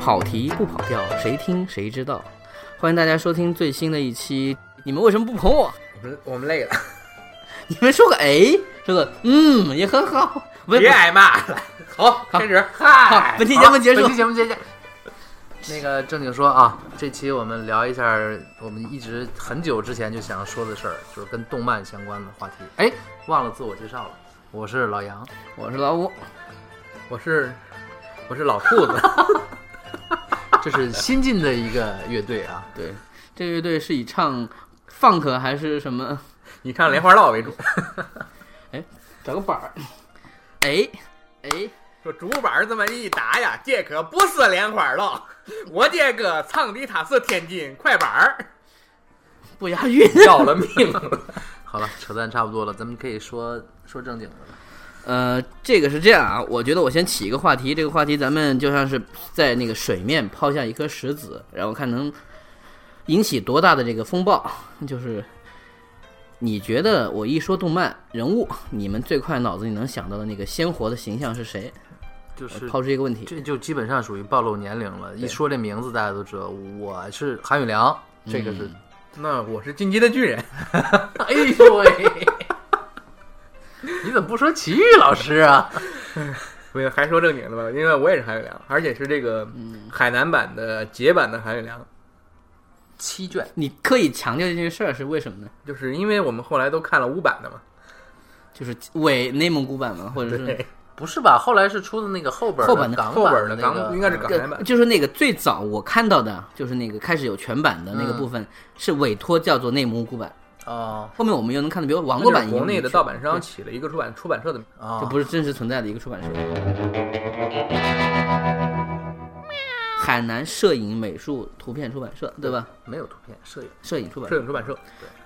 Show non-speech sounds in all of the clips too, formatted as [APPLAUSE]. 跑题不跑调，谁听谁知道。欢迎大家收听最新的一期。你们为什么不捧我？ [LAUGHS] 我们我们累了，你们说个哎，说个嗯，也很好。不是别挨骂了。好，开始。嗨好，本期节目结束好本期节目结束。那个正经说啊，这期我们聊一下我们一直很久之前就想要说的事儿，就是跟动漫相关的话题。哎，忘了自我介绍了，我是老杨，我是老五，我是我是老兔子， [LAUGHS] 这是新进的一个乐队啊。对，这乐队是以唱 funk 还是什么？以唱莲花落为主，找个板儿，哎哎，说竹板这么一打呀，这可不是莲花了，我这个唱的他是天津快板儿。不押韵。要了命了。好了，扯淡差不多了，咱们可以说说正经的了。呃，这个是这样啊，我觉得我先起一个话题，这个话题咱们就像是在那个水面抛下一颗石子，然后看能引起多大的这个风暴。就是你觉得我一说动漫人物，你们最快脑子里能想到的那个鲜活的形象是谁？就是抛出一个问题，这就基本上属于暴露年龄了。一说这名字，大家都知道我是韩宇良，这个是。嗯那我是进击的巨人， [LAUGHS] [LAUGHS] 哎呦喂！ [LAUGHS] 你怎么不说奇遇老师啊？没有还说正经的吧，因为我也是韩宇良，而且是这个海南版的结版的韩宇良，七卷你刻意强调这件事儿是为什么呢？就是因为我们后来都看了五版的嘛。就是伪内蒙古版嘛，或者是对，不是吧？后来是出的那个后本后本的嗯 [LAUGHS] 港后本的的那港个，应该是港台版，就是那个最早我看到的，就是那个开始有全版的那嗯个部分，是委托叫做内蒙古版。哦后面我们又能看到，比如网那络就版是已经国内的去盗版啊商起了一个出版出版社的名字。这哦，不是真实存在的一个出版社。海南摄影美术图片出版社，对吧？没有图片，摄影摄影出版摄社，影出版社，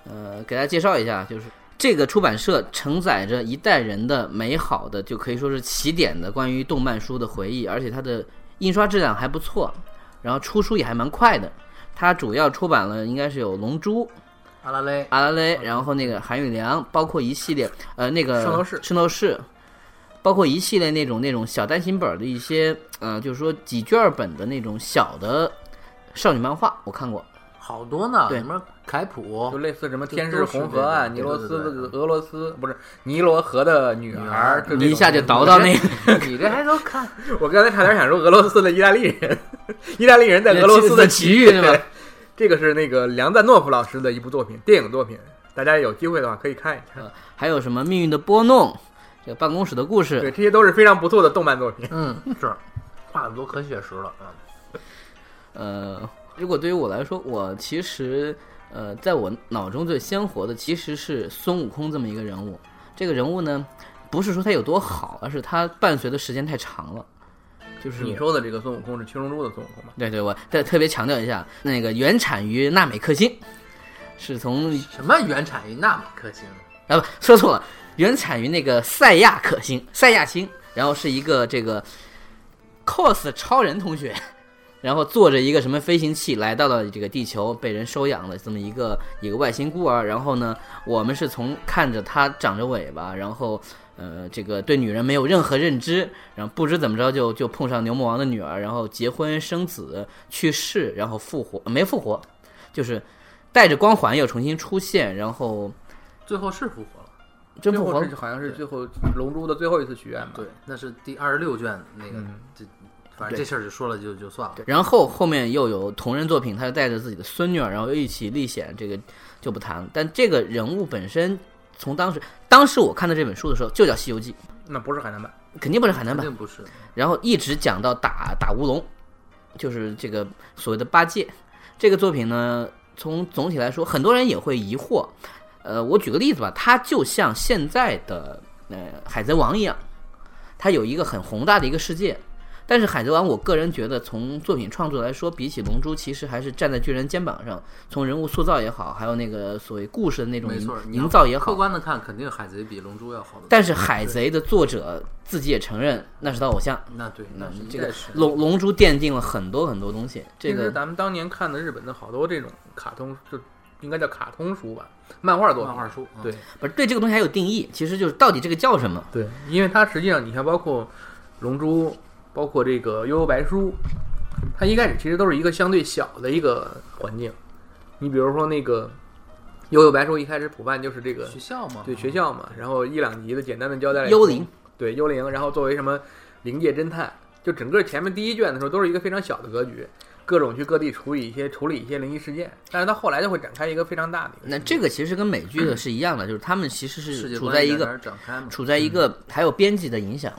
呃，给大家介绍一下，就是这个出版社承载着一代人的美好的，就可以说是起点的关于动漫书的回忆，而且它的印刷质量还不错，然后出书也还蛮快的。它主要出版了应该是有《龙珠》、阿拉蕾，阿拉蕾，然后那个韩宇良，包括一系列呃那个圣斗士圣斗士，包括一系列那种那种小单行本儿的一些呃，就是说几卷儿本的那种小的少女漫画，我看过。好多呢，对什么凯就普，类似什么哦就天使红河岸、都尼是这罗斯个对对对的俄罗斯不是尼罗河的女女儿儿，这你一下就种倒 [LAUGHS] 到那个你这还都看？我刚才差点想说俄罗斯的意大利人， [LAUGHS] 意大利人在俄 [LAUGHS] 罗斯的奇遇是吧？这个是那个梁赞诺夫老师的一部作品，电影作品，大家有机会的话可以看一下。还有什么命运的拨弄，这个办公室的故对，事，这些都是非常不错的动漫作品。嗯， [LAUGHS] 是画的都可写实了，嗯。呃，如果对于我来说，我其实呃，在我脑中最鲜活的其实是孙悟空这么一个人物。这个人物呢，不是说他有多好，而是他伴随的时间太长了。就 [LAUGHS] 是嗯你说的这个孙悟空是七龙珠的孙悟空吧？对对，我再特别强调一下，那个原产于纳美克星，是从什么原产于纳米克星？啊不说错了，原产于那个赛亚克星，赛亚星，然后是一个这个 cos 超人同学，然后坐着一个什么飞行器来到了这个地球，被人收养了这么一个一个外星孤儿。然后呢，我们是从看着他长着尾巴，然后呃这个对女人没有任何认知，然后不知怎么着就就碰上牛魔王的女儿，然后结婚生子去世，然后复活没复活，就是带着光环又重新出现，然后。最后是复活了，真最复后活是好像是最后龙珠的最后一次许愿吧？对，那是第二十六卷那个，这反正对这事儿就说了就就算了。然后后面又有同人作品，他带着自己的孙女儿，然后又一起历险，这个就不谈了。但这个人物本身，从当时当时我看到这本书的时候，就叫《西游记那不是海南版，》，肯定不是海南肯版。定不是，然后一直讲到打打乌龙，就是这个所谓的八戒。这个作品呢，从总体来说，很多人也会疑惑。呃，我举个例子吧，它就像现在的呃《海贼王》一样，它有一个很宏大的一个世界。但是《海贼王》，我个人觉得从作品创作来说，比起《龙珠》，其实还是站在巨人肩膀上，从人物塑造也好，还有那个所谓故事的那种没错，营你要营造也好客，观的看，肯定海贼比龙珠要好的。但是《海贼》的作者自己也承认那是他偶像。那对，那那是这应个该是龙龙珠奠定了很多很多东西。这其实个嗯咱们当年看的日本的好多这种卡通，就应该叫卡通书吧，漫画作漫品。画书，嗯对不是对这个东西还有定义，其实就是到底这个叫什么？对，因为它实际上你看，包括龙珠，包括这个悠悠白书，它一开始其实都是一个相对小的一个环境。你比如说那个《幽游白书》，一开始普办就是这个学校嘛，对学校嘛，然后一两集的简单的交代了以后幽灵，对幽灵，然后作为什么灵界侦探，就整个前面第一卷的时候都是一个非常小的格局，各种去各地处理一些处理一些灵异事件，但是到后来就会展开一个非常大的一个。那这个其实跟美剧的是一样的，就是他们其实嗯世界是处观在一在哪个儿展开嘛，处在一个还有编辑的影响，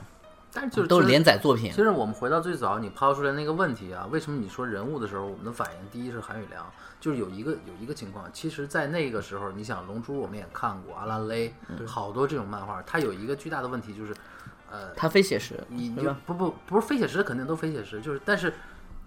但嗯是就是都是其实连载作品其。实我们回到最早你抛出来那个问题啊，为什么你说人物的时候，我们的反应第一是韩宇良，就是有一个有一个情况，其实，在那个时候，你想《龙珠》我们也看过，阿拉蕾，好多这种漫画，它有一个巨大的问题就是，呃，它非写实，你对就吧？不不不是非写实，肯定都非写实，就是但是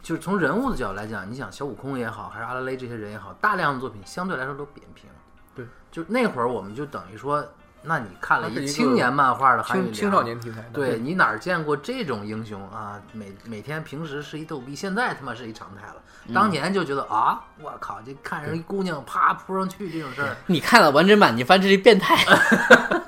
就是从人物的角度来讲，你想小悟空也好，还是阿拉蕾这些人也好，大量的作品相对来说都扁平。对，就那会儿我们就等于说，那你看了它是一一个青年漫画的韩宇良，青青少年题材啊的，对你哪儿见过这种英雄啊？每每天平时是一逗逼，现在他妈是一常态了。嗯当年就觉得啊，我靠，这看上一姑娘啪扑上去这种事儿，你看了完整版，你发现这是变态。嗯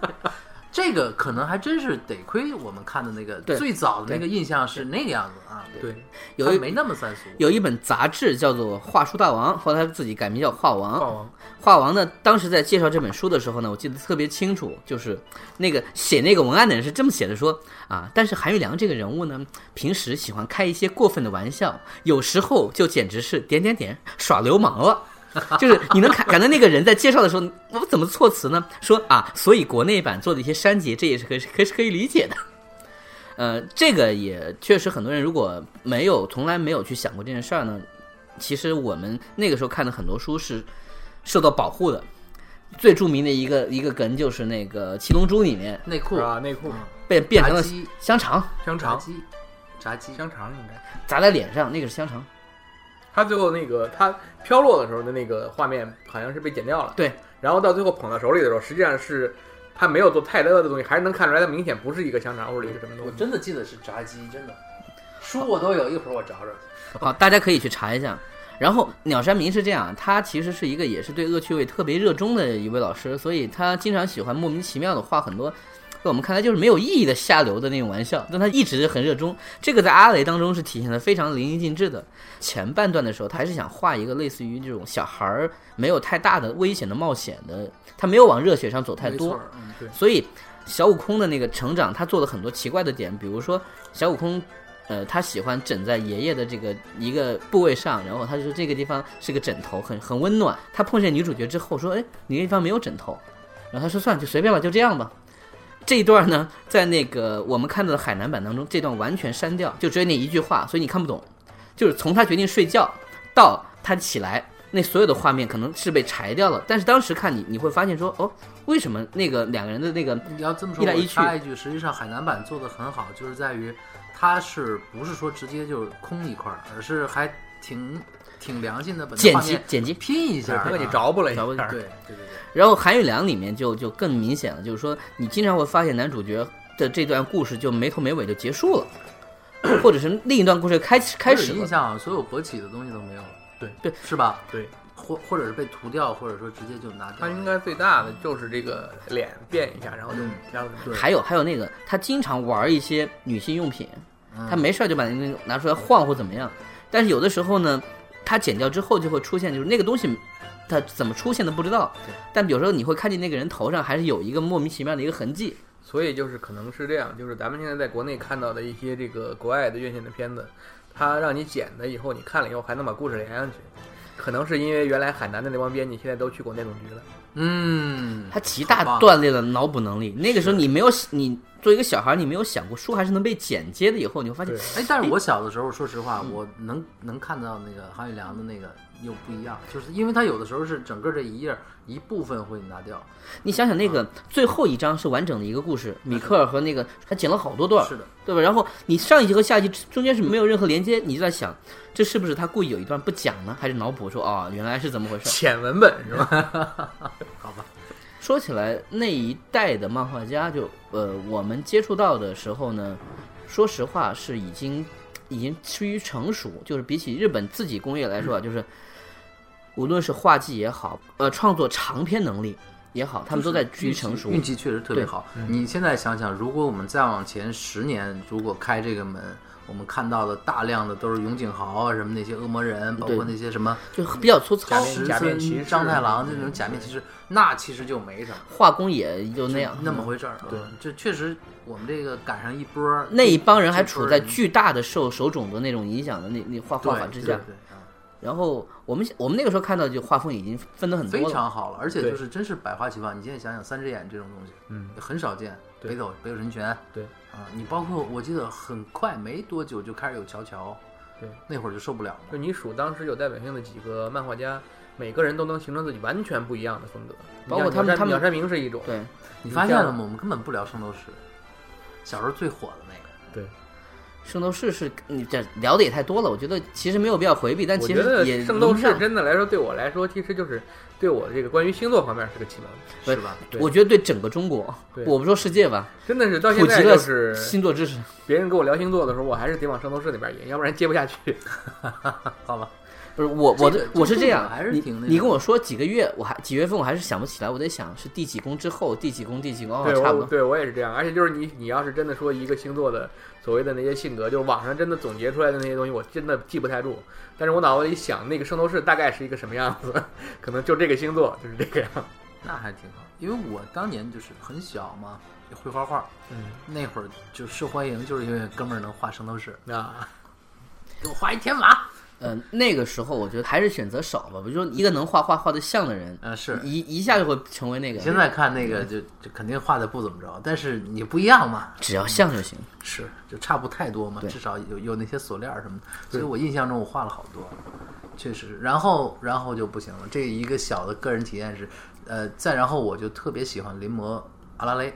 这个可能还真是得亏我们看的那个对最早的那个印象是那个样子啊，对，有它一没那么三俗。 [LAUGHS] 有一本杂志叫做《画书大王》，后来他自己改名叫《画王》。霸王画王呢，当时在介绍这本书的时候呢，我记得特别清楚，就是那个写那个文案的人是这么写的说啊，但是韩玉良这个人物呢，平时喜欢开一些过分的玩笑，有时候就简直是点点点耍流氓了。就是你能感感到那个人在介绍的时候，我怎么措辞呢？说啊，所以国内版做的一些删节，这也是可以可以可以理解的。呃，这个也确实很多人如果没有从来没有去想过这件事儿呢，其实我们那个时候看的很多书是受到保护的。最著名的一个一个梗就是那个《七龙珠》里面内裤、啊，内裤、被变成了炸鸡香肠香炸肠、鸡、炸鸡，香肠应该。砸在脸上，那个是香肠。他最后那个他飘落的时候的那个画面好像是被剪掉了，对，然后到最后捧到手里的时候，实际上是他没有做太多的东西，还是能看出来他明显不是一个香肠或者一个什么东我西。真的记得是炸鸡，真的。书我都有，一会儿我找找去。好，啊大家可以去查一下。然后鸟山明是这样，他其实是一个也是对恶趣味特别热衷的一位老师，所以他经常喜欢莫名其妙的画很多，在我们看来就是没有意义的下流的那种玩笑，但他一直很热衷。这个在阿雷当中是体现的非常淋漓尽致的。前半段的时候，他还是想画一个类似于这种小孩儿没有太大的危险的冒险的，他没有往热血上走太没多错。儿，嗯，对，所以小悟空的那个成长，他做了很多奇怪的点，比如说小悟空，呃，他喜欢枕在爷爷的这个一个部位上，然后他就说这个地方是个枕头，很很温暖。他碰见女主角之后说，哎，你那地方没有枕头，然后他说算了，就随便吧，就这样吧。这一段呢，在那个我们看到的海南版当中，这段完全删掉，就只有那一句话，所以你看不懂。就是从他决定睡觉到他起来，那所有的画面可能是被裁掉了。但是当时看你，你会发现说，哦，为什么那个两个人的那个你要这么说，一来我一去插一句，实际上海南版做的很好，就是在于它是不是说直接就空一块儿，而是还挺挺良心的把那剪画辑面剪辑拼一下他儿，给你啊。着不了一着不下，对对对对，然后韩宇良里面就就更明显了，就是说你经常会发现男主角的这段故事就没头没尾就结束 [CLEARS THROAT] 了，或者是另一段故事开始开我始有印了。象啊，所有勃起的东西都没有了，对对，是吧？对，或或者是被涂掉，或者说直接就拿掉。他应该最大的就是这个脸变一下，然后就嗯然后对还有还有那个，他经常玩一些女性用品，嗯他没事儿就把那个拿出来晃或怎么样。但是有的时候呢，他剪掉之后就会出现，就是那个东西它怎么出现的不知道对。但有时候你会看见那个人头上还是有一个莫名其妙的一个痕迹。所以就是可能是这样，就是咱们现在在国内看到的一些这个国外的院线的片子，它让你剪的以后，你看了以后还能把故事连上去，可能是因为原来海南的那帮编辑现在都去广电总局了。嗯，他极大好吧锻炼了脑补能力。那个时候你没有你作为一个小孩，你没有想过书还是能被剪接的。以后你会发现对，哎，但是我小的时候，说实话，嗯我能能看到那个韩宇良的那个又不一样，就是因为他有的时候是整个这一页儿一部分会拿掉，你想想那个最后一章是完整的一个故事，米克尔和那个他剪了好多段，是的，对吧？然后你上一集和下一集中间是没有任何连接，你就在想，这是不是他故意有一段不讲呢？还是脑补说啊、原来是怎么回事？浅文本是吧？说起来那一代的漫画家就，呃，我们接触到的时候呢，说实话是已经已经趋于成熟，就是比起日本自己工业来说啊，就是无论是画技也好，呃，创作长篇能力也好，他们都在趋于成熟。嗯运气确实特别好。你现在想想，如果我们再往前十年，如果开这个门，我们看到的大量的都是永井豪啊，什么那些恶魔人，包括对那些什么就比较粗糙假，面石假面骑村士章太郎这种假面骑士，那其实就没什么，画工也就那样。那么回事儿。嗯对，这确实我们这个赶上一波儿那一帮人还处在这波人巨大的受手冢的那种影响的那那画对画法之对下，对啊然后我们我们那个时候看到就画风已经分得很多非了，常好了，而且对就是真是百花齐放。你现在想想，三只眼这种东西，嗯，很少见。对北斗、北斗神拳，对啊，你包括我记得很快没多久就开始有乔乔，对，那会儿就受不了了。就你数当时有代表性的几个漫画家，每个人都能形成自己完全不一样的风格。包括像他们鸟山他们鸟山明是一种，对，你发现了吗？我们根本不聊圣斗士，小时候最火的那个。对，圣斗士是你这聊的也太多了，我觉得其实没有必要回避，但我其觉得实也圣斗轮不上士真的来说，对我来说，其实就是对我这个关于星座方面是个启蒙。对是吧？对我觉得对整个中国，对我不说世界吧，真的是到普现及在了就是星座知识。别人跟我聊星座的时候，我还是得往圣斗士那边引，要不然接不 [LAUGHS] 下去。好吧，不是我，我这个的我是这样这个还是，你挺那你个跟我说几个月，我还几月份我还是想不起来，我得想是第几宫之后，第几宫第几宫，哦对，，差不我多。对我也是这样。而且就是你，你要是真的说一个星座的所谓的那些性格，就是网上真的总结出来的那些东西，我真的记不太住。但是我脑子里想，那个圣斗士大概是一个什么样子，可能就这个星座就是这个样。那还挺好。因为我当年就是很小嘛，也会画画，嗯那会儿就受欢迎，就是因为哥们儿能画圣斗士，啊，给我画一天马。嗯、那个时候我觉得还是选择少吧，比如说一个能画画画的像的人，嗯呃，是。一一下就会成为那个，现在看那个就就肯定画的不怎么着，但是你不一样嘛，只要像就行。是，就差不太多嘛，对至少有有那些锁链儿什么的，所以我印象中我画了好多，确实。然后然后就不行了，这一个小的个人体验是，呃，再然后我就特别喜欢临摹阿拉蕾，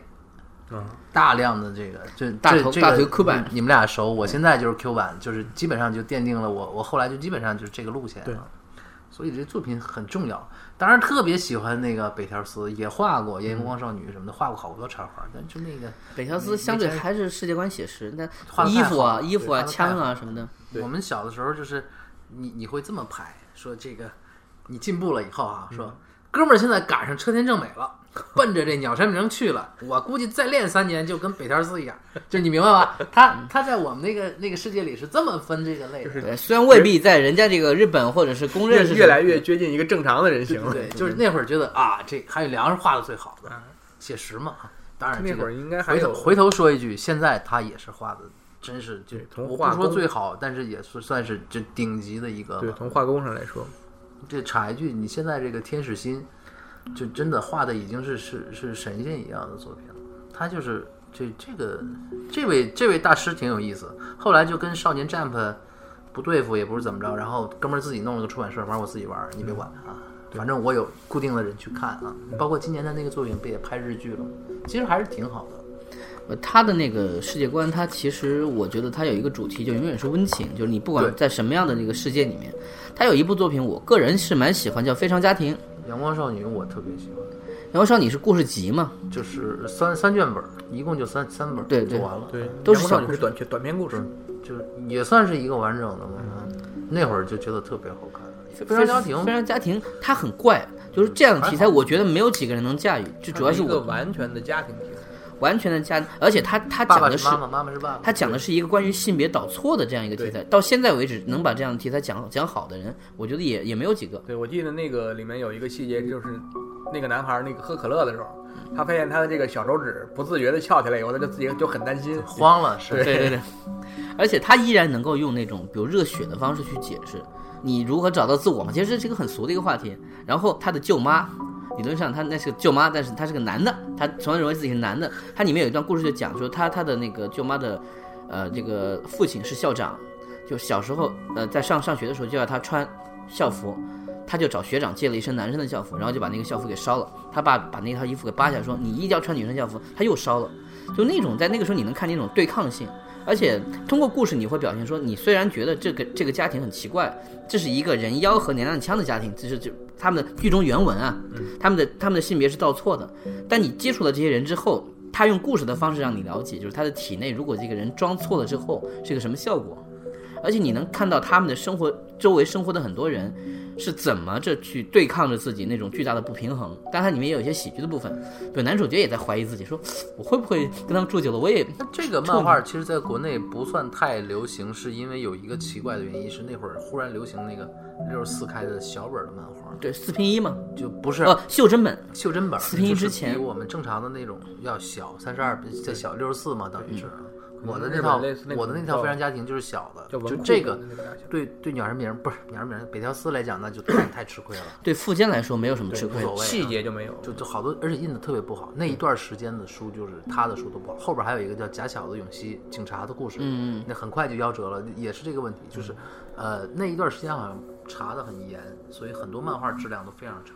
嗯，大量的这个这大这头这大个头 Q 版你你们俩熟，我现在就是 Q 版，就是基本上就奠定了我我后来就基本上就是这个路线对了。所以这作品很重要，当然特别喜欢那个北条司，也画过《炎光少女》什么的，画过好多插画，但就那个北条司相对还是世界观写实，那画得太衣服好啊、了衣服对画啊、得太好枪啊了什么的，对我们小的时候就是你你会这么排，说这个你进步了以后啊，嗯说、哥们儿现在赶上车田正美了， [LAUGHS] 奔着这鸟山明去了，我估计再练三年就跟北条司 [LAUGHS] 一样，就你明白吧？他他在我们那个那个世界里是这么分这个类的，就是对，虽然未必在人家这个日本或者是公越认是越来越接近一个正常的人形了。对，就是那会儿觉得啊，这韩宇良是画的最好的，写实嘛，当然、这嗯那个、会儿应该还回头有回头说一句，现在他也是画的。真是就对从我画不说工最好，但是也是算是就顶级的一个对吧从画工上来说，这插一句，你现在这个天使心，就真的画的已经是是是神仙一样的作品了。他就是这这个这位这位大师挺有意思，后来就跟少年 Jump 不对付，也不是怎么着，然后哥们儿自己弄了个出版社，反正我自己玩儿，你别管嗯啊。反正我有固定的人去看啊，包括今年的那个作品不也拍日剧了吗，其实还是挺好的。呃，他的那个世界观，他其实我觉得他有一个主题，就永远是温情，就是你不管对在什么样的那个世界里面，他有一部作品，我个人是蛮喜欢，叫《非常家庭》。阳光少女我特别喜欢，然后少女是故事集嘛，就是三三卷本儿，一共就三三本儿，对对做完了。对，都是小少女故是事短片短篇故事。就是也算是一个完整的嘛。嗯那会儿就觉得特别好看，《非非常家庭非》常家庭，它很怪，就是这样的题材，还好我觉得没有几个人能驾驭。这主要是一个我完全的家庭题材。完全的家，而且他他爸讲爸的是是妈妈，妈妈是爸爸。他讲的是一个关于性别导错的这样一个题材。到现在为止，能把这样的题材讲讲好的人，我觉得也也没有几个。对，我记得那个里面有一个细节，就是那个男孩儿那个喝可乐的时候，他发现他的这个小手指不自觉的翘起来以后，他就自己就很担心。慌了，是对对对，而且他依然能够用那种比如热血的方式去解释你如何找到自我嘛，其实这是一个很俗的一个话题。然后他的舅妈，理论上他那是个舅妈，但是他是个男的，他从来认为自己是男的。他里面有一段故事就讲说他他的那个舅妈的，呃，这个父亲是校长，就小时候呃在上上学的时候就要他穿校服。他就找学长借了一身男生的校服，然后就把那个校服给烧了。他爸把那套衣服给扒下来，说：“你一定要穿女生校服。”他又烧了。就那种在那个时候你能看见那种对抗性，而且通过故事你会表现说，你虽然觉得这个这个家庭很奇怪，这是一个人妖和娘娘腔的家庭，这是就他们的剧中原文啊，他们的他们的性别是倒错的，但你接触了这些人之后。他用故事的方式让你了解，就是他的体内如果这个人装错了之后是个什么效果，而且你能看到他们的生活周围生活的很多人是怎么着去对抗着自己那种巨大的不平衡。当然，它里面也有一些喜剧的部分，比如男主角也在怀疑自己，说我会不会跟他们住久了，我也那这个漫画其实在国内不算太流行，是因为有一个奇怪的原因，是那会儿忽然流行那个六十四开的小本儿的漫画，对四拼一嘛，就不是哦呃，袖珍本，袖珍本儿，四拼一就是之前比我们正常的那种要小，三十二再小六十四嘛，等于是。我的嗯日那本套类似那，种我的那叫套非常家庭就是小的，叫就文库这个那大小对对鸟人名不是鸟人名，北条司来讲那就太太吃亏了，对富坚来说没有什么对吃无亏的所。谓啊细节就没有，就就好多，而且印的特别不好。那嗯一段时间的书就是他的书都不好，后边还有一个叫《假小子永熙警察的故事》，嗯，那很快就夭折了，也是这个问题，就是，呃，那一段时间好像查的很严，所以很多漫画质量都非常差。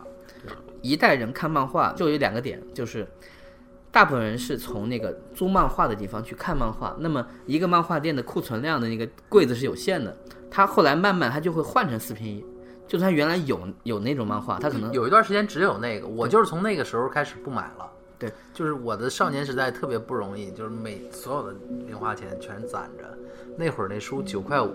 一代人看漫画就有两个点，就是大部分人是从那个租漫画的地方去看漫画，那么一个漫画店的库存量的那个柜子是有限的，他后来慢慢他就会换成四拼一，就算原来有有那种漫画，他可能有一段时间只有那个，我就是从那个时候开始不买了。对，就是我的少年时代特别不容易，就是每所有的零花钱全攒着。那会儿那书九块五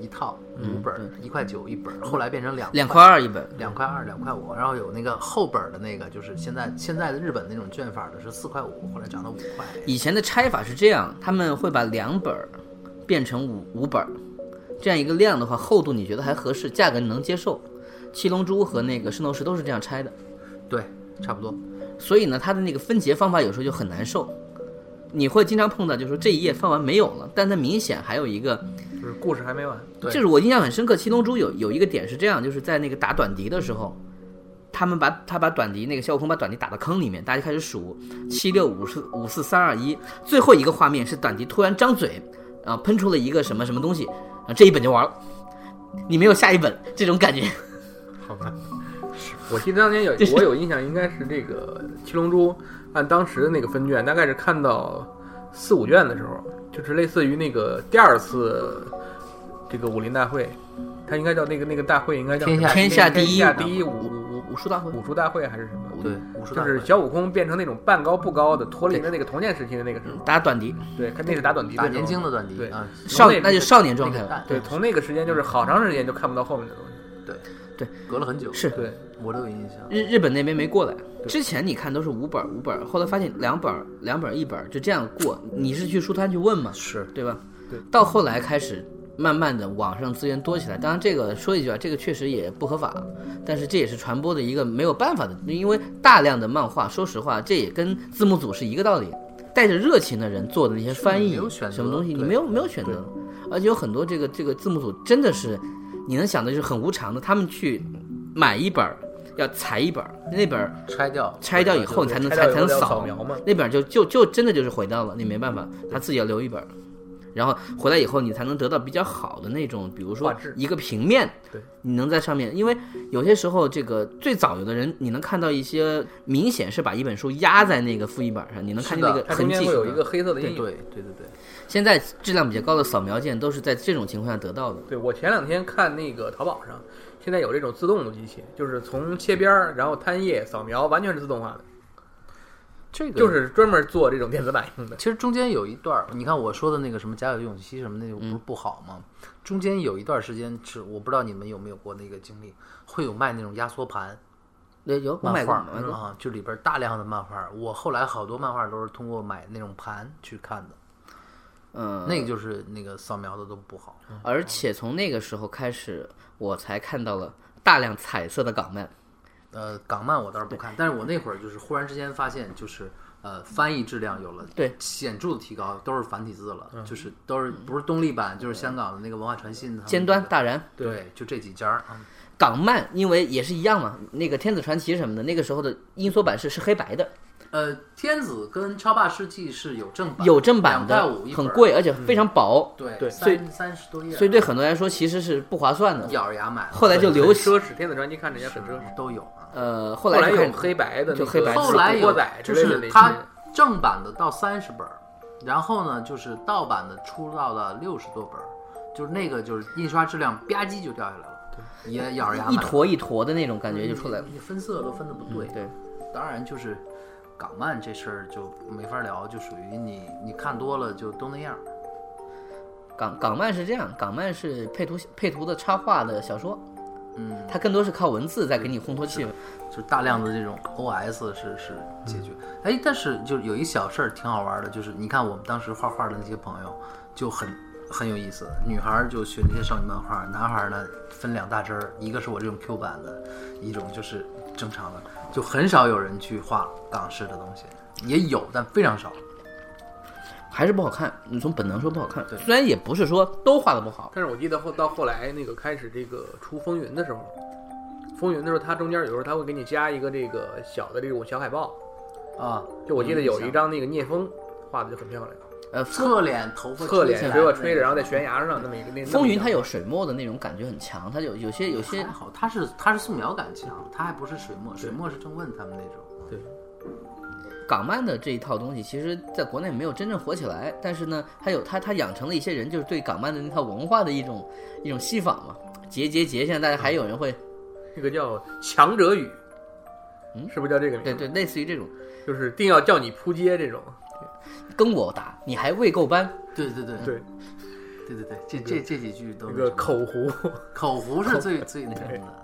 一套，五本儿，一块九一本儿，后来变成两嗯两块块二一本，两块二、两块五，然后有那个厚本儿的那个，就是现在现在的日本那种卷法的是四块五，后来涨到五块。以前的拆法是这样，他们会把两本儿变成五五本儿，这样一个量的话，厚度你觉得还合适，价格你能接受。七龙珠和那个圣斗士都是这样拆的，对，差不多。所以呢，它的那个分解方法有时候就很难受。你会经常碰到，就是说这一页翻完没有了，但它明显还有一个，就是故事还没完。对就是我印象很深刻，《七龙珠有》有一个点是这样，就是在那个打短笛的时候，他们把他把短笛那个孙悟空把短笛打到坑里面，大家就开始数七六五四五四三二一，最后一个画面是短笛突然张嘴，啊、喷出了一个什么什么东西，啊、这一本就完了，你没有下一本这种感觉，我记得当年有就是我有印象，应该是这个《七龙珠》，按当时的那个分卷，大概是看到四五卷的时候，就是类似于那个第二次这个武林大会，它应该叫那个那个大会应该叫天下天下第一天下第一武武武武武术大会，武术大会还是什么？对，武术就大是会小悟空变成那种半高不高的，脱离了那个童年时期的那个时候，打短笛，对，看那是打短笛的打时候年轻的短笛对啊，少那个那就少年状态那个了蛋，对，从那个时间就是好长时间就看不到后面的东西，隔了很久。是对，我都有印象。日日本那边没过来，对之前你看都是五本儿五本儿，后来发现两本儿两本儿一本儿就这样过。你是去书摊去问嘛，是对吧？对。到后来开始慢慢的网上资源多起来，当然这个说一句啊，这个确实也不合法，但是这也是传播的一个没有办法的，因为大量的漫画，说实话，这也跟字幕组是一个道理。带着热情的人做的那些翻没译有选，择什么东西你对没有没有选择，而且有很多这个这个字幕组真的是，你能想的就是很无常的，他们去买一本儿要裁一本儿，那本儿拆掉，拆掉以后你才能拆掉才以才后能要扫扫描嘛那本儿就就就真的就是毁掉了，你没办法，他自己要留一本儿，然后回来以后你才能得到比较好的那种，比如画说质一个平面，对，你能在上面，因为有些时候这个最早有的人你能看到一些明显是把一本书压在那个复印本儿上，你能看见那是个它中痕间迹会。有一个黑色的对印。对对对对，现在质量比较高的扫描件都是在这种情况下得到的，对我前两天看那个淘宝上，现在有这种自动的机器，就是从切边儿，然后摊页扫描，完全是自动化的，这个就是专门做这种电子版用的。其实中间有一段儿，你看我说的那个什么家有勇气什么那个不是不好吗？中间有一段时间是我不知道你们有没有过那个经历，会有卖那种压缩盘对，有我漫买画过儿买过，啊，就里边儿大量的漫画儿。我后来好多漫画儿都是通过买那种盘去看的，嗯，那个就是那个扫描的都不好。而且从那个时候开始，我才看到了大量彩色的港漫。呃，港漫我倒是不看，但是我那会儿就是忽然之间发现，就是呃，翻译质量有了对嗯显著的提高，都是繁体字了，就是都是不是东立版，就是香港的那个文化传信他们尖那端个大然，对，就这几家儿啊。港漫因为也是一样嘛，那个《天子传奇》什么的，那个时候的音缩版是是黑白的，呃，天子跟超霸世纪是有正版，有正版2.5的一，本嗯很。贵，而且非常薄，对对所以三三十多页，所以对很多人来说其实是不划算的。咬着牙买了。后来就流很行，奢侈，电子专辑看着也很奢侈。都有啊。呃，后后来来就开始有黑白的那就个，黑白的后来古有惑仔之就类的是那些它正版的到三十本儿，然后呢就是盗版的出到了六十多本儿，就是那个就是印刷质量吧唧就掉下来了，也咬着牙买一坨一坨的那种感觉就出来了。嗯你你分色都分的不对。对，当然就是港漫这事儿就没法聊，就属于你你看多了就都那样儿。港港漫是这样，港漫是配图配图的插画的小说，嗯，它更多是靠文字在给你烘托气氛。就大量的这种 OS 是是解决。哎，但是就是有一小事儿挺好玩的，就是你看我们当时画画的那些朋友就很很有意思，女孩儿就学那些少女漫画，男孩儿呢分两大支儿，一个是我这种 Q 版的，一种就是正常的，就很少有人去画港式的东西，也有但非常少。还是不好看。你从本能说不好看对，虽然也不是说都画的不好，但是我记得后到后来那个开始这个出风云的时候，风云的时候，它中间有时候它会给你加一个这个小的这种小海报，啊，就我记得有一张那个聂风画的就很漂亮，呃，风侧脸头发侧吹起脸来的水果那吹着，个然后在悬崖上那么一个那风云它有水墨的那种感觉很强，它有有些有些还好，哦他是他是素描感强，他还不是水墨，水墨是郑问他们那种。港漫的这一套东西，其实在国内没有真正火起来，但是呢，它有它它养成了一些人就是对港漫的那套文化的一种一种戏仿嘛。结结结，现在大家还有人会那个叫强者语，嗯是不是叫这个名对字？对，类似于这种就是定要叫你扑街这种。跟我打，你还未够班，对对对对，对对对，这这这几句都那嗯是个什么口胡，口胡是最最那什么的，啊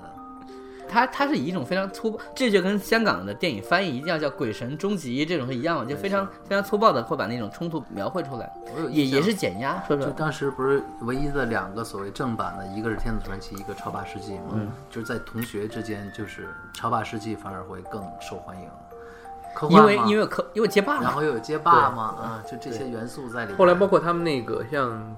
它它是以一种非常粗暴，这就跟香港的电影翻译一定要叫《鬼神终极》这种是一样的，就非常非常粗暴的会把那种冲突描绘出来，我有也印象也是。减压，说就说当时不是唯一的两个所谓正版的，一个是《天子传奇》，一个《超霸世纪》嘛，嗯就是在同学之间，就是《超霸世纪》反而会更受欢迎，科幻因为嘛因为可因为结巴然嘛，后又有街霸嘛，啊，就这些元素在里面。后来包括他们那个像，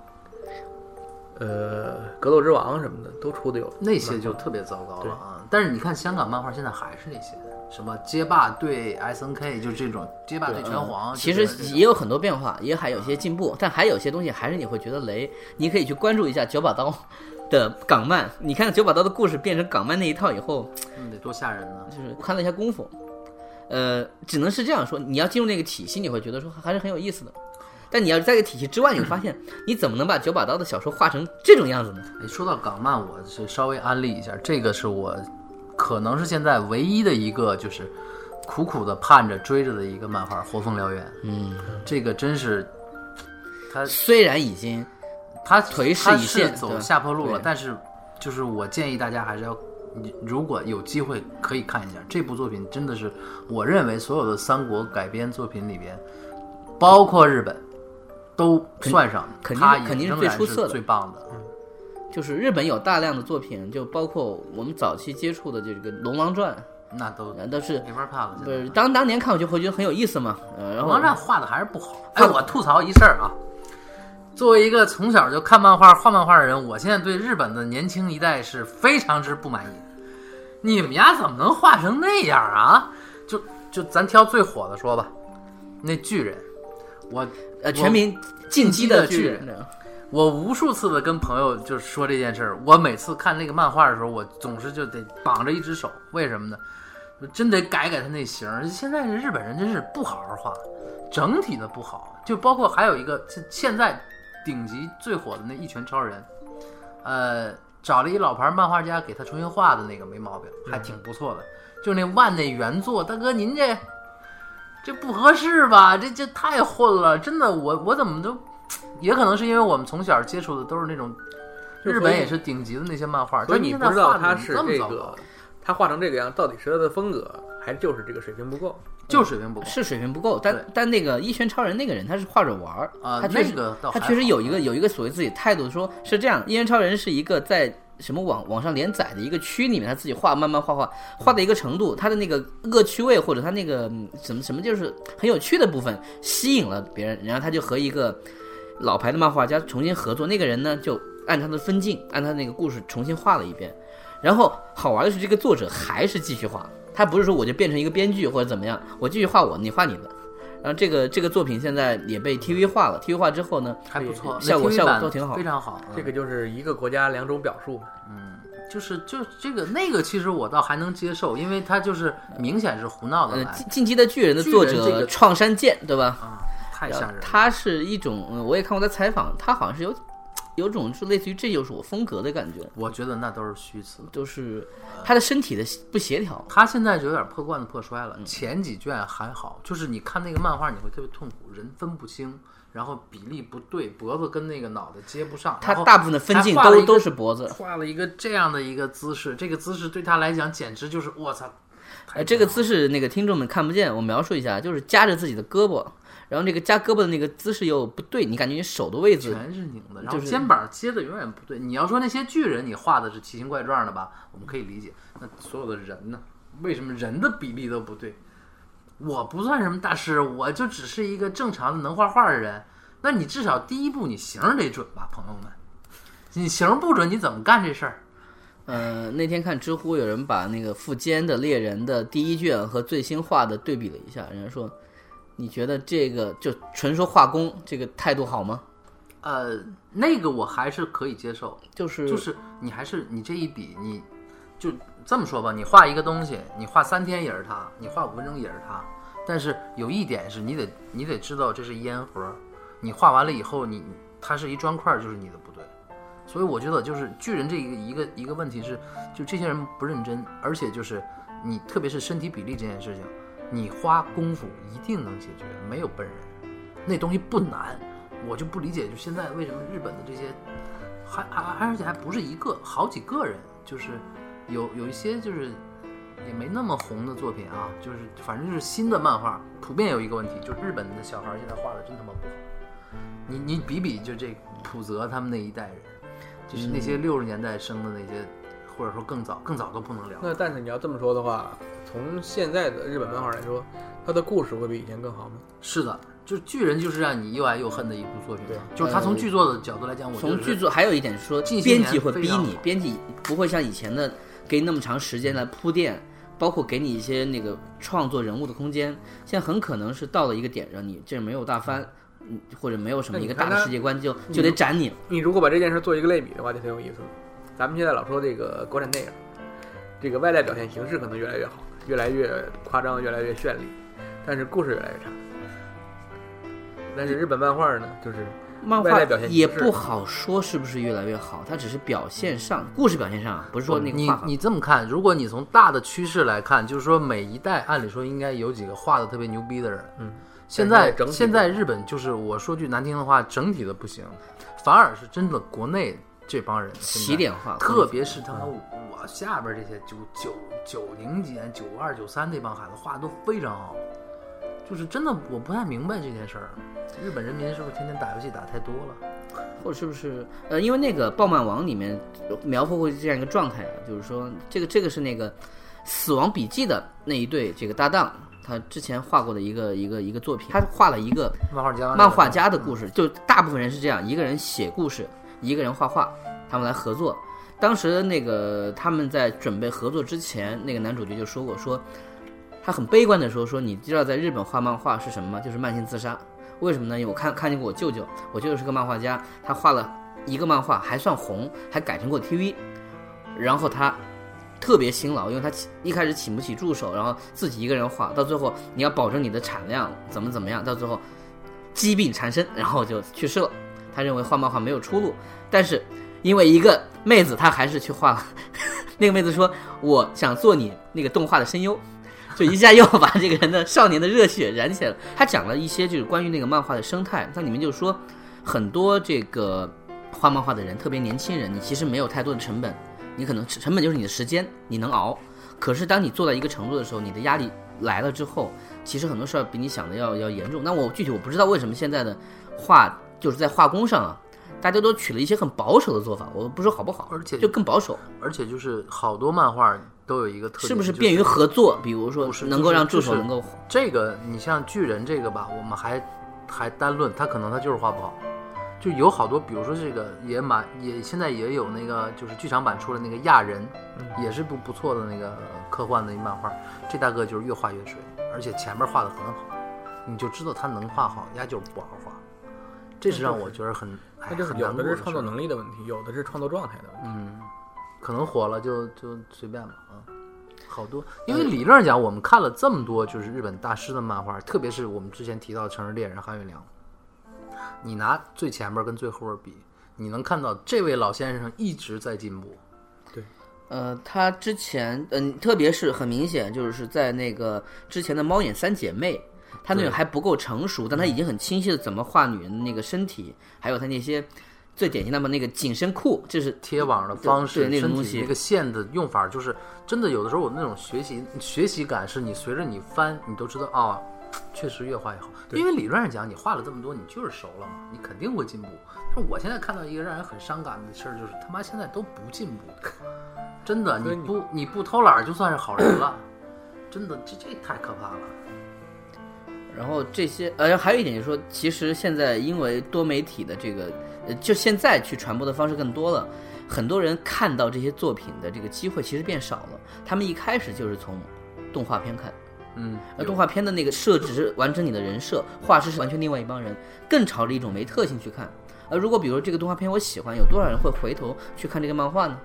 呃，格斗之王什么的都出的有那些就特别糟糕了啊！但是你看香港漫画现在还是那些，什么街霸对 S N K，就是这种街霸对拳皇，其就实是这种也有很多变化，也还有些进步，但还有些东西还是你会觉得雷。你可以去关注一下九把刀的港漫，你看九把刀的故事变成港漫那一套以后，嗯得多吓人呢！就是看了一下功夫，呃，只能是这样说，你要进入那个体系，你会觉得说还是很有意思的。但你要在这个体系之外，你会发现你怎么能把九把刀的小说画成这种样子呢？哎，说到港漫，我是稍微安利一下，这个是我可能是现在唯一的一个就是苦苦的盼着追着的一个漫画《活凤燎原》。嗯，这个真是它虽然已经它颓势它已现是走对下坡路了对，但是就是我建议大家还是要，你如果有机会可以看一下这部作品，真的是我认为所有的三国改编作品里边，包括日本，都算上，肯它肯定肯定也是仍最然出色的最棒的。就是日本有大量的作品，就包括我们早期接触的这个《龙王传那都》，都是没法判了。不是现在当当年看我就会觉得很有意思嘛，呃，然后王战画的还是不好。哎，我吐槽一事儿啊。作为一个从小就看漫画、画漫画的人，我现在对日本的年轻一代是非常之不满意。你们家怎么能画成那样啊？就就咱挑最火的说吧，那巨人，我呃全民进击的巨人，我无数次的跟朋友就说这件事儿，我每次看那个漫画的时候，我总是就得绑着一只手，为什么呢？真得改改他那型儿。现在日本人真是不好好画，整体的不好，就包括还有一个，就现在顶级最火的那一拳超人，呃，找了一老牌漫画家给他重新画的那个没毛病，还挺不错的。就那万那原作，大哥您这这不合适吧？这这太混了，真的，我我怎么都。也可能是因为我们从小接触的都是那种就所以日本也是顶级的那些漫画，所以但你现不在知道画得他怎么是这么这糟个糕，他画成这个样，到底是他的风格，还就是这个水平不够？就是水平不够是水平不够，但对但那个一拳超人那个人他是画着玩儿，啊嗯他。确那实个倒他还确实好嗯有一个有一个所谓自己态度，说是这样，一拳超人是一个在什么网网上连载的一个区里面，他自己画慢慢画画画到一个程度，他的那个恶趣味或者他那个嗯什么什么就是很有趣的部分吸引了别人，然后他就和一个老牌的漫画家重新合作，那个人呢就按他的分镜，按他那个故事重新画了一遍，然后好玩的是这个作者还是继续画，他不是说我就变成一个编剧或者怎么样，我继续画我，你画你的。然后这个这个作品现在也被 TV 化了，TV 化之后呢，还不错，效果那 TV 效果版都挺好非常好。这个就是一个国家两种表述嘛。就是就这个那个，其实我倒还能接受，因为他就是明显是胡闹的呃，来，进进击的巨人的作巨人这者个创山健，对吧？啊，太吓人了。他是一种，呃我也看过他采访，他好像是有有种就类似于这就是我风格的感觉，我觉得那都是虚词。都是他的身体的不协调。他现在就有点破罐子破摔嗯了。前几卷还好，就是你看那个漫画，你会特别痛苦，人分不清，然后比例不对，脖子跟那个脑袋接不上。他然后大部分的分镜还画了都一个都是脖子，画了一个这样的一个姿势，这个姿势对他来讲简直就是我操！呃，这嗯个姿势那个听众们看不见，我描述一下，就是夹着自己的胳膊，然后这个夹胳膊的那个姿势又不对，你感觉你手的位置全是拧的，然就后是肩膀接的永远不对。你要说那些巨人，你画的是奇形怪状的吧，我们可以理解。那所有的人呢？为什么人的比例都不对？我不算什么大师，我就只是一个正常的能画画的人。那你至少第一步你形儿得准吧，朋友们。你形儿不准，你怎么干这事儿？呃，那天看知乎有人把那个《富坚的猎人》的第一卷和最新画的对比了一下，人家说，你觉得这个就纯说画工这个态度好吗？呃，那个我还是可以接受，就是就是你还是你这一笔，你就这么说吧，你画一个东西，你画三天也是它，你画五分钟也是它。但是有一点是你得你得知道这是烟盒，你画完了以后，你它是一砖块，就是你的不对。所以我觉得就是巨人这一个一个一个问题是，就这些人不认真，而且就是你特别是身体比例这件事情，你花功夫一定能解决，没有笨人，那东西不难。我就不理解，就现在为什么日本的这些还还而且还不是一个，好几个人，就是有有一些就是也没那么红的作品啊，就是反正就是新的漫画，普遍有一个问题，就是日本的小孩儿现在画的真他妈不好。你你比比就这普泽他们那一代人，就是那嗯些六十年代生的那些，或者说更早更早都不能聊。那但是你要这么说的话，从现在的日本漫画来说，它的故事会比以前更好吗？是的，就是巨人就是让你又爱又恨的一部作品对，就是他从剧作的角度来讲，我觉得呃从是剧作还有一点是说，近些编年辑会逼非常你好，编辑不会像以前的给你那么长时间来铺垫，包括给你一些那个创作人物的空间。现在很可能是到了一个点上，你这没有大翻，嗯，或者没有什么那一你个看大的他世界观，就就得斩你了。你如果把这件事做一个类比的话，就很有意思了。咱们现在老说这个国产电影，这个外在表现形式可能越来越好，越来越夸张，越来越绚丽，但是故事越来越差。但是日本漫画呢，就是漫外画在表现形式也不好说是不是越来越好，它只是表现上，故事表现上，啊不是哦说那个嗯你画法。你这么看，如果你从大的趋势来看，就是说每一代按理说应该有几个画的特别牛逼的人。嗯，现但是在整体现在日本就是我说句难听的话，整体的不行，反而是真的国内这帮人现在起点嗯化，特别是他妈我下边这些九九九零年、九二、九三那帮孩子画得都非常好，就是真的我不太明白这件事儿。日本人民是不是天天打游戏打太多了？或者是不是呃，因为那个《爆漫王》里面描绘过这样一个状态啊，就是说这个这个是那个《死亡笔记》的那一对这个搭档，他之前画过的一个一个一个作品，他画了一个漫画家，漫画家的故事，就大部分人是这样，一个人写故事，一个人画画，他们来合作。当时那个他们在准备合作之前，那个男主角就说过，说他很悲观的说，说你知道在日本画漫画是什么吗？就是慢性自杀。为什么呢？因为我看看见过我舅舅，我舅舅是个漫画家，他画了一个漫画还算红，还改成过 TV，然后他特别辛劳，因为他起一开始请不起助手，然后自己一个人画，到最后你要保证你的产量怎么怎么样，到最后疾病缠身，然后就去世了。他认为画漫画没有出路，但是因为一个妹子，他还是去画了。那个妹子说：“我想做你那个动画的声优。”就一下又把这个人的少年的热血燃起来了。他讲了一些就是关于那个漫画的生态，那里面就说很多这个画漫画的人，特别年轻人，你其实没有太多的成本，你可能成本就是你的时间，你能熬。可是当你做到一个程度的时候，你的压力来了之后，其实很多事儿比你想的要要严重。那我具体我不知道为什么现在的画就是在画工上啊，大家都取了一些很保守的做法。我不说好不好，嗯而且就更保守，而且就是好多漫画都有一个特点，是不是就便于合作？比如说不是能够让助就是手能够这个，你像巨人这个吧，我们还还单论他，可能他就是画不好。就有好多，比如说这个也蛮也现在也有那个，就是剧场版出了那个亚人，嗯也是部不错的那个科幻的一漫画。这大哥就是越画越水，而且前面画的很好，你就知道他能画好，压就是不好画。这是让我觉得很哎那就是很有难的过是事创作能力的问题，有的是创作状态的问题。嗯，可能火了就就随便吧啊。好多，因为理论上讲，我们看了这么多就是日本大师的漫画，特别是我们之前提到的《城市猎人》韩月良，你拿最前面跟最后边比，你能看到这位老先生一直在进步。呃，他之前，嗯、特别是很明显，就是在那个之前的《猫眼三姐妹》，他那对种还不够成熟，但他已经很清晰的怎么画女人的那个身体，还有他那些最典型的嘛，那个紧身裤，就是贴网的方式，嗯对对那种身东体西那个线的用法，就是真的有的时候我们那种学习学习感，是你随着你翻，你都知道啊、确实越画越好。因为理论上讲，你画了这么多，你就是熟了嘛，你肯定会进步。但我现在看到一个让人很伤感的事儿，就是他妈现在都不进 [LAUGHS] 步，真的，所你以你不你不偷懒儿就算是好人了， [COUGHS] 真的，这这太可怕了。然后这些，呃，还有一点就是说，其实现在因为多媒体的这个，呃，就现在去传播的方式更多了，很多人看到这些作品的这个机会其实变少了。他们一开始就是从动画片看，嗯，而动画片的那个设置是完成你的人设，画师是完全另外一帮人，更朝着一种没特性去看。而如果比如这个动画片我喜欢，有多少人会回头去看这个漫画呢？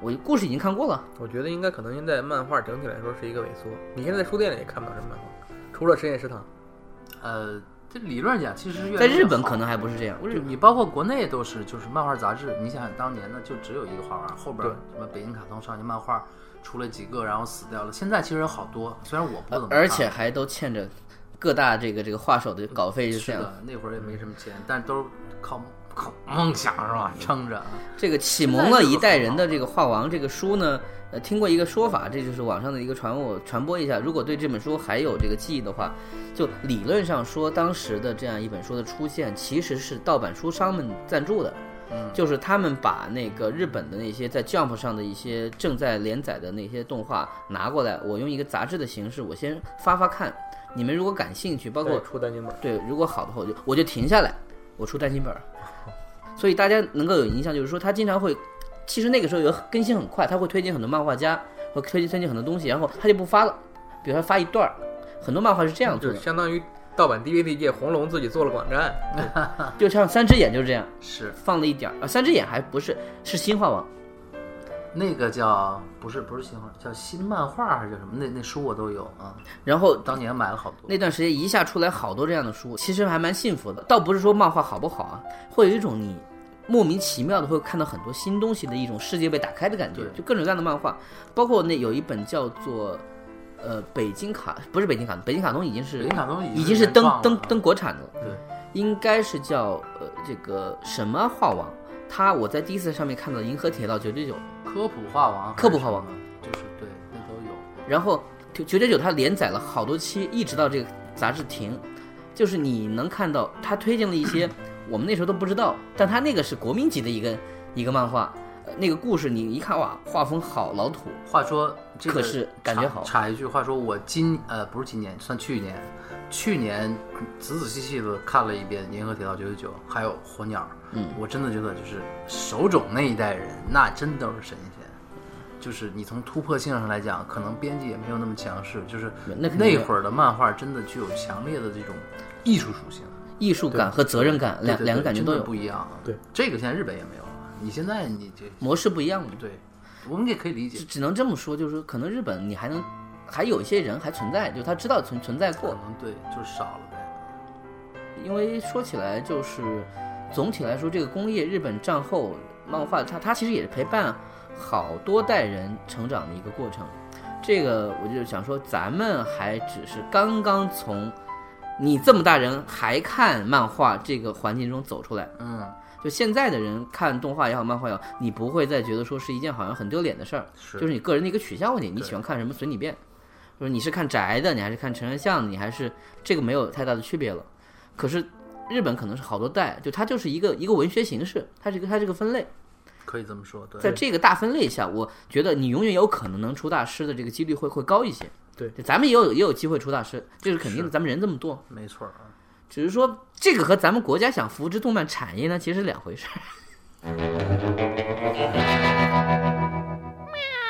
我故事已经看过了，我觉得应该可能现在漫画整体来说是一个萎缩，你现在在书店里也看不到什么漫画，除了深夜食堂。呃，这理论上讲，其实越来在越日本好可能还不是这样。就你包括国内都是，就是漫画杂志，你想想当年呢，就只有一个画娃，后边儿什么北京卡通、少年漫画出了几个，然后死掉了。现在其实有好多，虽然我不怎么看，而且还都欠着各大这个这个画手的稿费，就是是这样。的，那会儿也没什么钱，但都是靠 [LAUGHS] 靠梦想是吧， [LAUGHS] 撑着啊。这个启蒙了一代人的这个画王这个书呢，呃，听过一个说法，这就是网上的一个传闻，我传播一下。如果对这本书还有这个记忆的话，就理论上说，当时的这样一本书的出现，其实是盗版书商们赞助的。嗯就是他们把那个日本的那些在 Jump 上的一些正在连载的那些动画拿过来，我用一个杂志的形式，我先发发看。你们如果感兴趣，包括对出单行本，对，如果好的话，我就我就停下来，我出单行本儿。所以大家能够有印象，就是说他经常会，其实那个时候有更新很快，他会推荐很多漫画家，会推荐推荐很多东西，然后他就不发了，比如他发一段儿，很多漫画是这样做就的，相当于盗版 DVD 界红龙自己做了网站，就像三只眼就是这样是放了一点儿啊，三只眼还不是是新画网，那个叫不是不是新画，叫新漫画还是叫什么？那那书我都有啊，然后当年买了好多。那段时间一下出来好多这样的书，其实还蛮幸福的。倒不是说漫画好不好啊，会有一种你莫名其妙的会看到很多新东西的一种世界被打开的感觉对，就各种各样的漫画，包括那有一本叫做。呃，北京卡不是北京卡，北京卡通已经是北京卡通已已经经是是原创登了登啊登国产的了，对，应该是叫呃这个什么画王，他我在第一次上面看到《银河铁道九九九》，科普画王，科普画王，就是对，那都有。然后九九九它连载了好多期，一直到这个杂志停，就是你能看到它推荐了一些我们那时候都不知道，但它那个是国民级的一个一个漫画，呃那个故事你一看哇，画风好老土，话说这个可是感觉好插插一句，话说我今呃不是今年，算去年，去年仔仔细细的看了一遍《银河铁道九九九》，还有《火鸟》。嗯，我真的觉得就是手冢那一代人，那真都是神仙。就是你从突破性上来讲，可能编辑也没有那么强势，就是那肯定没那有会儿的漫画真的具有强烈的这种艺术属性。艺术感和责任感对两对两个对感觉真都的有不，一样。对，这个现在日本也没有了。你现在你这模式不一样嘛，对，我们也可以理只解，只能这么说，就是说可能日本你还能还有一些人还存在，就他知道存存在可过，能对就少了呗。因为说起来就是，总体来说，这个工业日本战后漫画，它它其实也是陪伴好多代人成长的一个过程。这个我就想说，咱们还只是刚刚从你这么大人还看漫画这个环境中走出来。嗯，就现在的人看动画也好，漫画也好，你不会再觉得说是一件好像很丢脸的事儿，是就是你个人的一个取向问题，你喜欢看什么随你便。就是你是看宅的，你还是看成人向的，你还是这个没有太大的区别了。可是日本可能是好多代，就它就是一个一个文学形式，它是一个它是一个分类，可以这么说，对，在这个大分类下，我觉得你永远有可能能出大师的这个几率会会高一些。对，咱们也有也有机会出大师，这是肯定的，咱们人这么多，没错儿啊。只是说这个和咱们国家想扶持动漫产业呢，其实是两回事儿。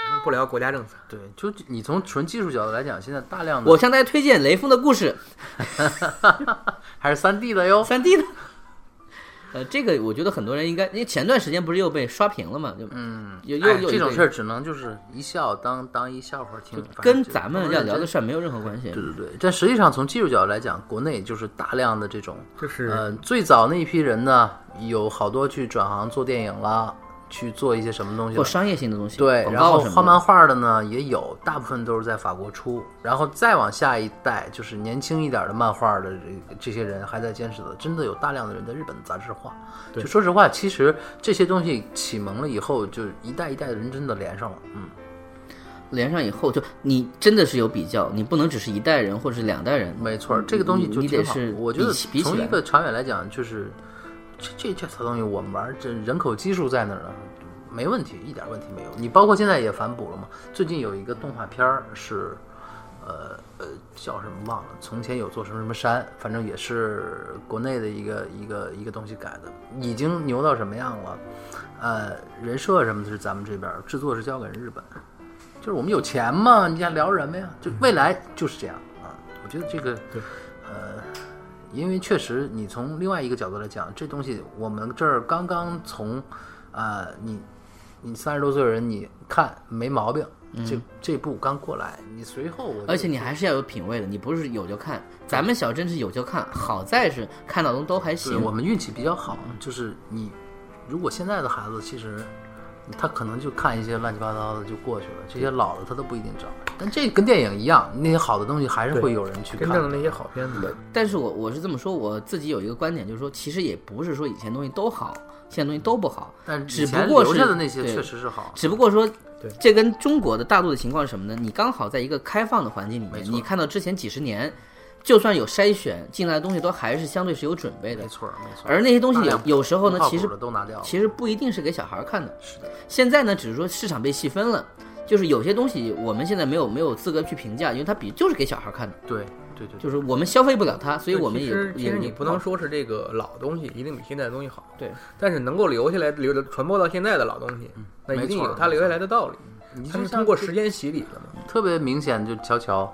咱们不聊国家政策。对，就你从纯技术角度来讲，现在大量 [LAUGHS] 的我向大家推荐《雷锋的故事还是三 D 的哟，三 D 的。呃，这个我觉得很多人应该，因为前段时间不是又被刷屏了嘛，就嗯，又又哎又这种一个事儿只能就是一笑当当一笑话儿听，反跟正就咱们要聊的事儿没有任何关系。对对对，但实际上从技术角度来讲，国内就是大量的这种，就是、呃，最早那一批人呢，有好多去转行做电影啦，去做一些什么东西或了。商业性的东西，对，广然后告什画么漫的。画的呢也有，大部分都是在法国出，然后再往下一代就是年轻一点的漫画的这这些人还在坚持的，真的有大量的人在日本杂志画。就说实话，其实这些东西启蒙了以后，就一代一代的人真的连上了，嗯。连上以后，就你真的是有比较，你不能只是一代人或者是两代人。没错儿，这个东西你就你挺得好是。我觉得比起比起从一来个长远来讲，就是这这这套东西，我们玩儿这人口基数在那儿呢，没问题，一点问题没有。你包括现在也反哺了嘛。最近有一个动画片儿是，呃呃，叫什么忘了，从前有座什么什么山，反正也是国内的一个一个一个东西改的，已经牛到什么样了？呃，人设什么的是咱们这边儿，制作是交给日本。就是我们有钱嘛，你家聊什么呀？就未来就是这样啊。我觉得这个，呃，因为确实你从另外一个角度来讲，这东西我们这儿刚刚从，啊、你你三十多岁的人，你看没毛病，这这步刚过来，你随后我就嗯而且你还是要有品位的，你不是有就看。咱们小镇是有就看，好在是看到的都还对行。我们运气比较好，就是你如果现在的孩子其实。他可能就看一些乱七八糟的就过去了，这些老的他都不一定找。但这跟电影一样，那些好的东西还是对会有人去真看。正的那些好片子，但是我我是这么说，我自己有一个观点，就是说，其实也不是说以前东西都好，现在东西都不好，但只以前不过留是下的那些对确实是好，只不过说对，这跟中国的大陆的情况是什么呢？你刚好在一个开放的环境里没面，错你看到之前几十年，就算有筛选进来的东西，都还是相对是有准备的没。错儿没错儿。而那些东西大有量有时候呢不，靠其实谱的都拿掉了，其实不一定是给小孩儿看的。是的，现在呢，只是说市场被细分了，就是有些东西我们现在没有没有资格去评价，因为它比就是给小孩儿看的，对对对，就是我们消费不了它，所以对我们其也实其也啊实你不能好说是这个老东西一定比现在的东西好，对，但是能够留下来、留的传播到现在的老东西，那没一定错有它没留下错来的道理。你它就是像通过这时间洗礼的嘛？特别明显，就乔乔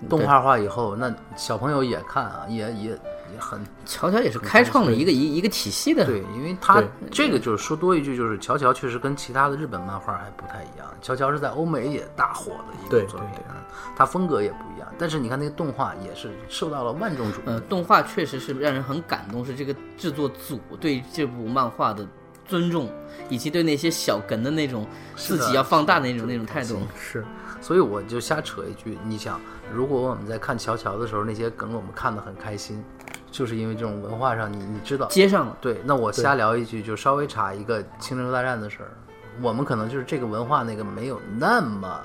嗯动画化以后，那小朋友也看啊，也也也很 [LAUGHS] 乔乔也是开创了一个一一个体系的。对，因为他对这个就是说多一句，就是乔乔确实跟其他的日本漫画还不太一样，乔乔是在欧美也大火的一对个作对品，啊他风格也不一样，但是你看那个动画也是受到了万众瞩目呃，，动画确实是让人很感动，是这个制作组对这部漫画的尊重，以及对那些小梗的那种是自的己要放大的那种是的那种态度。是，所以我就瞎扯一句，你想，如果我们在看乔乔的时候，那些梗我们看得很开心，就是因为这种文化上你你知道，接上了，对，那我瞎聊一句，就稍微查一个《青州大战》的事儿，我们可能就是这个文化那个没有那么，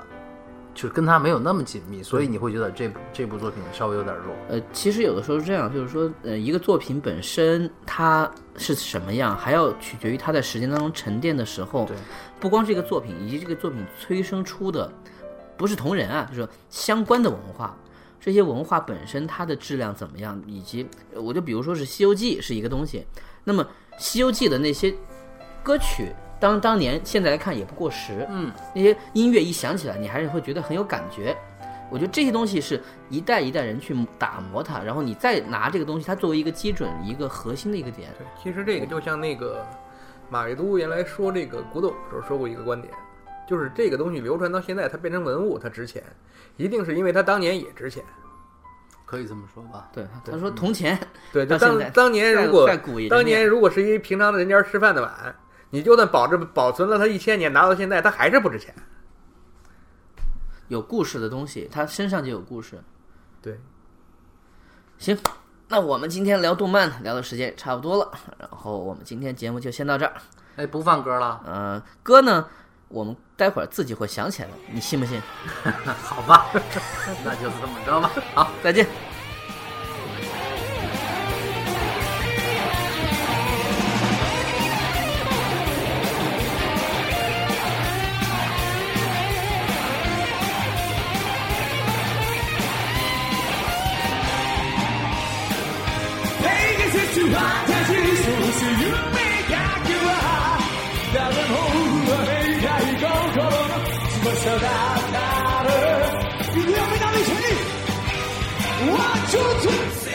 就是跟它没有那么紧密，所以你会觉得这部这部作品稍微有点弱。呃，其实有的时候是这样，就是说，呃，一个作品本身它是什么样，还要取决于它在时间当中沉淀的时候对，不光是一个作品，以及这个作品催生出的，不是同人啊，就是说相关的文化。这些文化本身它的质量怎么样，以及呃我就比如说是《西游记》是一个东西，那么《西游记》的那些歌曲，当当年现在来看也不过时，嗯，那些音乐一响起来，你还是会觉得很有感觉。我觉得这些东西是一代一代人去打磨它，然后你再拿这个东西，它作为一个基准、一个核心的一个点。对，其实这个就像那个马未都原来说这个古董的时候说过一个观点，就是这个东西流传到现在，它变成文物，它值钱，一定是因为它当年也值钱。可以这么说吧，对，嗯他说铜钱，对，就到现当在当年再如果再鼓一阵当年面如果是一平常的人家吃饭的碗，你就算保质保存了它一千年，拿到现在它还是不值钱。有故事的东西，它身上就有故事。对，行，那我们今天聊动漫聊的时间也差不多了，然后我们今天节目就先到这儿。哎，不放歌了，呃，歌呢，我们待会儿自己会想起来的，你信不信？好吧， [LAUGHS] 那就这么着吧，好。再见。 「平気説は私そうす夢だけは誰も奪えない心の翼だから」「指を目覚めて One, two, three,